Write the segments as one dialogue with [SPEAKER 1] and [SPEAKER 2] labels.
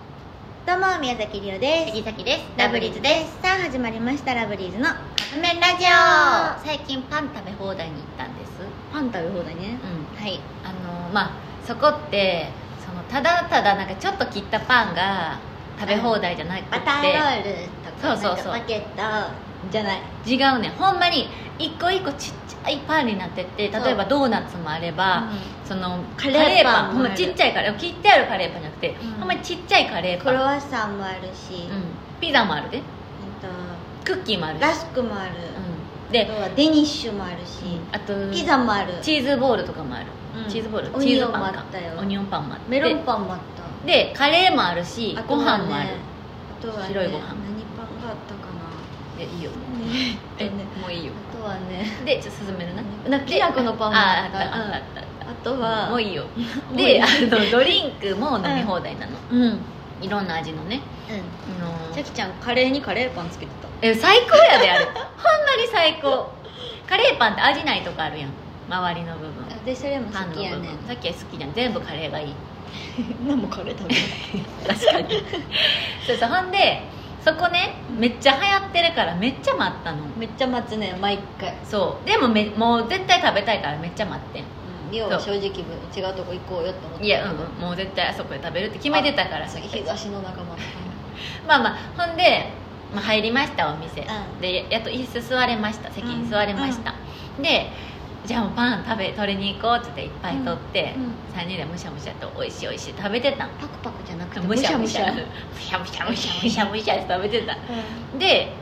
[SPEAKER 1] どうも宮崎りおです
[SPEAKER 2] 杉崎です
[SPEAKER 1] ラブリーズですさあ始まりましたラブリーズの
[SPEAKER 2] カップ麺ラジオ最近パン食べ放題に行ったんです
[SPEAKER 1] パン食べ放題ね
[SPEAKER 2] うん
[SPEAKER 1] はい
[SPEAKER 2] あのまあそこってそのただただなんかちょっと切ったパンが食べ放題じゃなく
[SPEAKER 1] バター
[SPEAKER 2] て
[SPEAKER 1] ロールとか
[SPEAKER 2] そうそうそう
[SPEAKER 1] なんかパケットじゃない
[SPEAKER 2] 違うねんほんまに一個一個ちっちゃいパンになってて
[SPEAKER 1] そう
[SPEAKER 2] 例えばドーナツもあれば、その
[SPEAKER 1] カレーパン
[SPEAKER 2] ほんまちっちゃいカレー切ってあるカレーパンじゃなくて、
[SPEAKER 1] ん
[SPEAKER 2] ほんまにちっちゃいカレー
[SPEAKER 1] ク
[SPEAKER 2] パン、
[SPEAKER 1] ロ
[SPEAKER 2] うん、
[SPEAKER 1] ワッサンもあるし、えっ
[SPEAKER 2] ピザもあるで
[SPEAKER 1] と
[SPEAKER 2] クッキーもあるし
[SPEAKER 1] ラスクもある、
[SPEAKER 2] うん、
[SPEAKER 1] あ
[SPEAKER 2] で
[SPEAKER 1] とはデニッシュもあるし、
[SPEAKER 2] あと
[SPEAKER 1] ピザもある
[SPEAKER 2] チーズボールとかもある、
[SPEAKER 1] うん
[SPEAKER 2] チーズボール
[SPEAKER 1] オ
[SPEAKER 2] チ
[SPEAKER 1] ニ
[SPEAKER 2] ー
[SPEAKER 1] オン
[SPEAKER 2] ズ
[SPEAKER 1] も
[SPEAKER 2] パ
[SPEAKER 1] あ
[SPEAKER 2] ンか
[SPEAKER 1] ったよ
[SPEAKER 2] オニオンパンもあって
[SPEAKER 1] メロンパンもあった
[SPEAKER 2] でカレーもあるし
[SPEAKER 1] あと
[SPEAKER 2] ご
[SPEAKER 1] は
[SPEAKER 2] 飯もある
[SPEAKER 1] ねあとはね
[SPEAKER 2] 白いご飯
[SPEAKER 1] 何パンがあったかな
[SPEAKER 2] えいいよもう
[SPEAKER 1] ね
[SPEAKER 2] え
[SPEAKER 1] えっとね
[SPEAKER 2] もういいよ
[SPEAKER 1] あとはね
[SPEAKER 2] でちょっと進めるな
[SPEAKER 1] なんかきなこのパンも
[SPEAKER 2] あ
[SPEAKER 1] あ
[SPEAKER 2] あ
[SPEAKER 1] っ
[SPEAKER 2] ったあったあ
[SPEAKER 1] た
[SPEAKER 2] っ
[SPEAKER 1] うん
[SPEAKER 2] たあっ
[SPEAKER 1] あと
[SPEAKER 2] た
[SPEAKER 1] は
[SPEAKER 2] もういいよ
[SPEAKER 1] もういい
[SPEAKER 2] であのドリンクも飲み放題なの、
[SPEAKER 1] うんうん
[SPEAKER 2] いろんな味のね、あのー
[SPEAKER 1] さきちゃんカレーにカレーパンつけてた
[SPEAKER 2] え最高やであれ ほんまに最高カレーパンって味ないとこあるやん周りの部分
[SPEAKER 1] でそれも
[SPEAKER 2] パン
[SPEAKER 1] 好
[SPEAKER 2] の
[SPEAKER 1] きや
[SPEAKER 2] 部
[SPEAKER 1] ね
[SPEAKER 2] 分さっきは好きじゃん全部カレーがいい
[SPEAKER 1] 何もカレー食べない
[SPEAKER 2] 確かにそうそうほんでそこねめっちゃ流行ってるからめっちゃ待ったの
[SPEAKER 1] めっちゃ待つね毎回
[SPEAKER 2] そうでもめもう絶対食べたいからめっちゃ待ってん
[SPEAKER 1] りょうは正直部違うとこ行こうよって思って
[SPEAKER 2] いや、うんうん、もう絶対あそこで食べるって決めてたからさっき
[SPEAKER 1] 東の仲間とか
[SPEAKER 2] まあまあほんで、まあ、入りましたお店、
[SPEAKER 1] うん
[SPEAKER 2] でやっと椅子座れました席に座れました、でじゃあもうパン食べ取りに行こうっつっていっぱい取って、
[SPEAKER 1] うんうん
[SPEAKER 2] 3人でむしゃむしゃと美味しい美味しい食べてたん
[SPEAKER 1] パクパクじゃなくて
[SPEAKER 2] むしゃむしゃ
[SPEAKER 1] む
[SPEAKER 2] む
[SPEAKER 1] し
[SPEAKER 2] しゃむしゃむしゃむしゃむしゃって食べてたで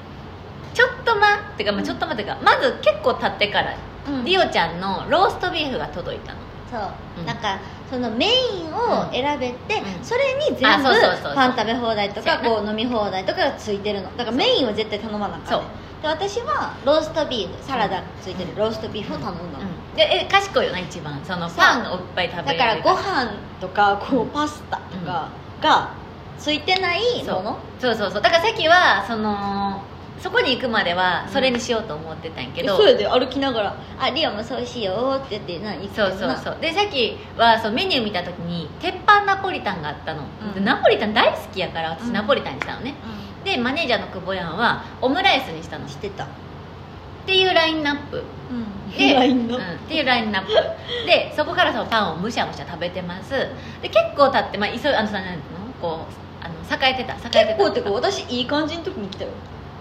[SPEAKER 2] ちょっと待ってか、まあ、ちょっと待ってかまず結構経ってから
[SPEAKER 1] うんうん
[SPEAKER 2] リオちゃんのローストビーフが届いたの
[SPEAKER 1] そう、
[SPEAKER 2] うん
[SPEAKER 1] なんかそのメインを選べて、
[SPEAKER 2] うん
[SPEAKER 1] それに全部
[SPEAKER 2] あそうそうそうそう
[SPEAKER 1] パン食べ放題と
[SPEAKER 2] そうや
[SPEAKER 1] か
[SPEAKER 2] な
[SPEAKER 1] こう飲み放題とかがついてるのだからメインは絶対頼まなあかっ
[SPEAKER 2] そう
[SPEAKER 1] たで私はローストビーフサラダついてるローストビーフを頼んだの、
[SPEAKER 2] うんでえ賢いよな一番その
[SPEAKER 1] そう
[SPEAKER 2] パンをいっぱい食べ
[SPEAKER 1] だ
[SPEAKER 2] れる
[SPEAKER 1] からご飯とかこうパスタとかがついてない
[SPEAKER 2] そ
[SPEAKER 1] も
[SPEAKER 2] う
[SPEAKER 1] の
[SPEAKER 2] そうそうそうだからさっきはそのそこに行くまではそれにしようと思ってたんやけ
[SPEAKER 1] え
[SPEAKER 2] ど、
[SPEAKER 1] そうやで歩きながら「あリオもそうしよう」って言ってな言って
[SPEAKER 2] そう
[SPEAKER 1] たな
[SPEAKER 2] そうそうでさっきはそのメニュー見た時に鉄板ナポリタンがあったの、
[SPEAKER 1] うん
[SPEAKER 2] でナポリタン大好きやから
[SPEAKER 1] う
[SPEAKER 2] 私
[SPEAKER 1] ん
[SPEAKER 2] ナポリタンにしたのね、でマネージャーの久保やんはオムライスにしたの
[SPEAKER 1] うん
[SPEAKER 2] っ
[SPEAKER 1] してた、
[SPEAKER 2] ていうラインナップで
[SPEAKER 1] ラインの、
[SPEAKER 2] うんっていうラインナップでそこからそのパンをむしゃむしゃ食べてますで結構経って、まあ、急いあのさなんていうのこうあの栄えてた栄えて
[SPEAKER 1] 結
[SPEAKER 2] た
[SPEAKER 1] 構ってか私いい感じの時に来たよ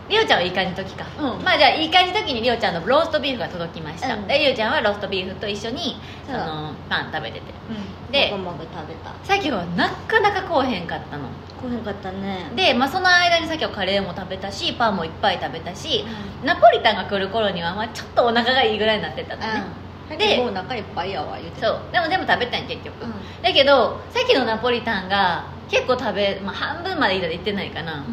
[SPEAKER 2] りおちゃんはいい感じの時か、
[SPEAKER 1] うん
[SPEAKER 2] まあじゃあいい感じの時にりおちゃんのローストビーフが届きました、
[SPEAKER 1] うん
[SPEAKER 2] でりおちゃんはローストビーフと一緒に
[SPEAKER 1] そ
[SPEAKER 2] そうのパン食べてて
[SPEAKER 1] で
[SPEAKER 2] で
[SPEAKER 1] もぐもぐ食べた
[SPEAKER 2] さっきはなかなかこうへんかったの
[SPEAKER 1] 来へんかったね
[SPEAKER 2] で、まあ、その間にさっきはカレーも食べたしパンもいっぱい食べたしナポリタンが来る頃には、まあ、ちょっとお腹がいいぐらいになってたのね、
[SPEAKER 1] うん
[SPEAKER 2] で
[SPEAKER 1] もうお腹いっぱいやわ言うてた
[SPEAKER 2] そうでもでも食べたん結局、
[SPEAKER 1] うん
[SPEAKER 2] だけどさっきのナポリタンが結構食べ、まあ、半分までいったらいってないかな、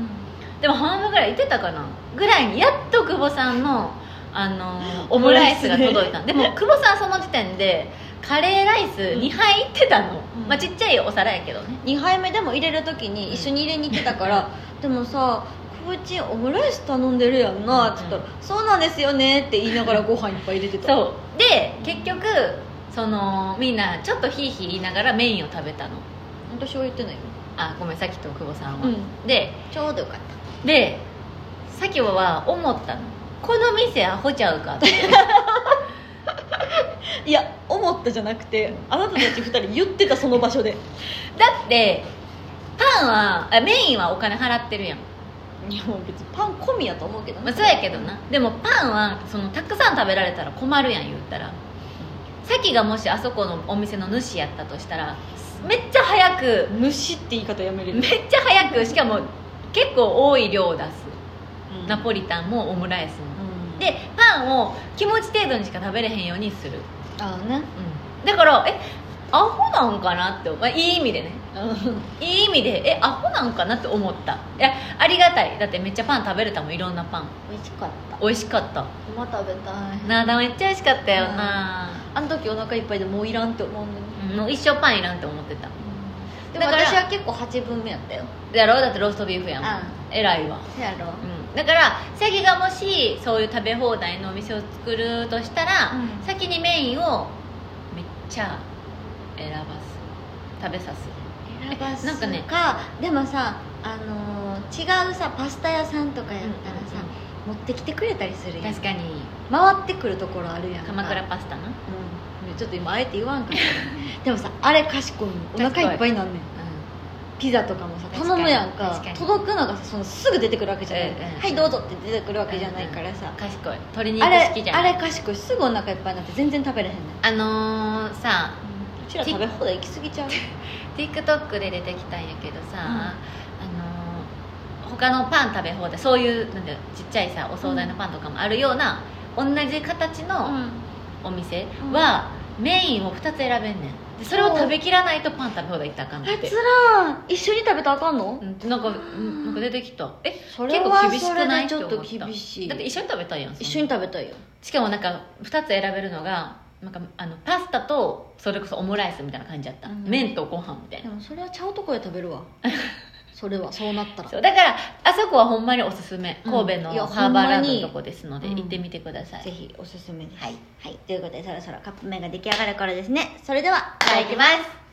[SPEAKER 2] でも半分ぐらいいってたかなぐらいにやっと久保さんの、あ のーオムライスが届いたんでも久保さんその時点でカレーライス2杯いってたの、
[SPEAKER 1] うん
[SPEAKER 2] まあ、ちっちゃいお皿やけどね
[SPEAKER 1] 2杯目でも入れる時に一緒に入れに行ってたから、でもさ「こいちオムライス頼んでるやんな」
[SPEAKER 2] うん
[SPEAKER 1] ちょっと「そうなんですよね」って言いながらご飯いっぱい入れてた
[SPEAKER 2] そうで結局そのみんなちょっとヒーヒー言いながらメインを食べたの
[SPEAKER 1] 私は言ってないよ
[SPEAKER 2] あごめんさっきと久保さんは、
[SPEAKER 1] うん
[SPEAKER 2] で
[SPEAKER 1] ちょうどよかっ
[SPEAKER 2] でさっきは思ったのこの店アホちゃうかって
[SPEAKER 1] たいや思ったじゃなくてあなたたち2人言ってたその場所で
[SPEAKER 2] だってパンはあメインはお金払ってるやん
[SPEAKER 1] いやもう別にパン込みやと思うけど
[SPEAKER 2] まあ、そうやけどなでもパンはそのたくさん食べられたら困るやん言ったらさきがもしあそこのお店の主やったとしたらめっちゃ早く
[SPEAKER 1] 虫って言い方やめれ
[SPEAKER 2] め
[SPEAKER 1] る
[SPEAKER 2] っ、ちゃ早くしかも結構多い量を出す
[SPEAKER 1] うん
[SPEAKER 2] ナポリタンもオムライスも
[SPEAKER 1] うん
[SPEAKER 2] でパンを気持ち程度にしか食べれへんようにする、
[SPEAKER 1] ああね
[SPEAKER 2] うん、だからえアホなんかなって、まあ、いい意味でねいい意味でえアホなんかなって思ったいやありがたいだってめっちゃパン食べれたもんいろんなパン
[SPEAKER 1] 美味しかった
[SPEAKER 2] 美味しかった
[SPEAKER 1] また食べたい
[SPEAKER 2] なあだめっちゃ美味しかったよな、
[SPEAKER 1] あの時お腹いっぱいでもういらんって思うのに
[SPEAKER 2] もう一生パンいらんって思ってた
[SPEAKER 1] でも
[SPEAKER 2] だから
[SPEAKER 1] 私は結構8分目やったよ
[SPEAKER 2] やろうだってローストビーフやもん、
[SPEAKER 1] うん
[SPEAKER 2] 偉いわ、
[SPEAKER 1] せやろ
[SPEAKER 2] うん、だからセギがもしそういう食べ放題のお店を作るとしたら、
[SPEAKER 1] うん
[SPEAKER 2] 先にメインをめっちゃ選ばす食べさす
[SPEAKER 1] 選ばす
[SPEAKER 2] なんかね
[SPEAKER 1] かでもさあのー違うさパスタ屋さんとかやったらさ、持ってきてくれたりするやん
[SPEAKER 2] 確かに
[SPEAKER 1] 回ってくるところあるやんか
[SPEAKER 2] 鎌倉パスタな、
[SPEAKER 1] う
[SPEAKER 2] うん、
[SPEAKER 1] んちょっと今あえて言わんかったでもさあれ賢いのお腹いっぱいになんねんピザとかもさ
[SPEAKER 2] 確かに
[SPEAKER 1] 頼むやんか
[SPEAKER 2] 確かに
[SPEAKER 1] 届くのがさそのすぐ出てくるわけじゃない、
[SPEAKER 2] うんうん
[SPEAKER 1] はいどうぞって出てくるわけじゃないからさ、
[SPEAKER 2] 賢い鶏肉
[SPEAKER 1] あれ
[SPEAKER 2] 好きじゃん
[SPEAKER 1] あれ賢いすぐお腹いっぱいになって全然食べれへんねん
[SPEAKER 2] あのーさ
[SPEAKER 1] うちら食べ放題行き過ぎちゃう
[SPEAKER 2] TikTok で出てきたんやけどさ、
[SPEAKER 1] ん
[SPEAKER 2] あのー他のパン食べ放題そういうなんだよちっちゃいさお惣菜のパンとかもあるような、同じ形のお店は、メインを2つ選べんねんでそれを食べきらないとパン食べ放題行ったらあかん
[SPEAKER 1] あ
[SPEAKER 2] っ
[SPEAKER 1] つ
[SPEAKER 2] て
[SPEAKER 1] らん一緒に食べたらあかんの
[SPEAKER 2] うんなんかうんなんか出てきたえ
[SPEAKER 1] それは
[SPEAKER 2] 結構厳しくない
[SPEAKER 1] それでちょっと
[SPEAKER 2] って思った
[SPEAKER 1] 厳しい
[SPEAKER 2] だって一緒に食べたいやんそんな
[SPEAKER 1] 一緒に食べたいよ
[SPEAKER 2] しかもなんか2つ選べるのがなんかあのパスタとそれこそオムライスみたいな感じだった、
[SPEAKER 1] うん
[SPEAKER 2] 麺とご飯みたい
[SPEAKER 1] で
[SPEAKER 2] な
[SPEAKER 1] もそれはちゃうとこで食べる わそれはそうなったら
[SPEAKER 2] そうだからあそこはほんまにおすすめ
[SPEAKER 1] うん
[SPEAKER 2] 神戸の
[SPEAKER 1] いや
[SPEAKER 2] ハーバーラン
[SPEAKER 1] ほんま
[SPEAKER 2] ド
[SPEAKER 1] に
[SPEAKER 2] のとこですので、
[SPEAKER 1] うん
[SPEAKER 2] 行ってみてください、
[SPEAKER 1] ぜひおすすめです
[SPEAKER 2] はい、
[SPEAKER 1] はい、ということでそろそろカップ麺が出来上がる頃ですねそれではい
[SPEAKER 2] ただきます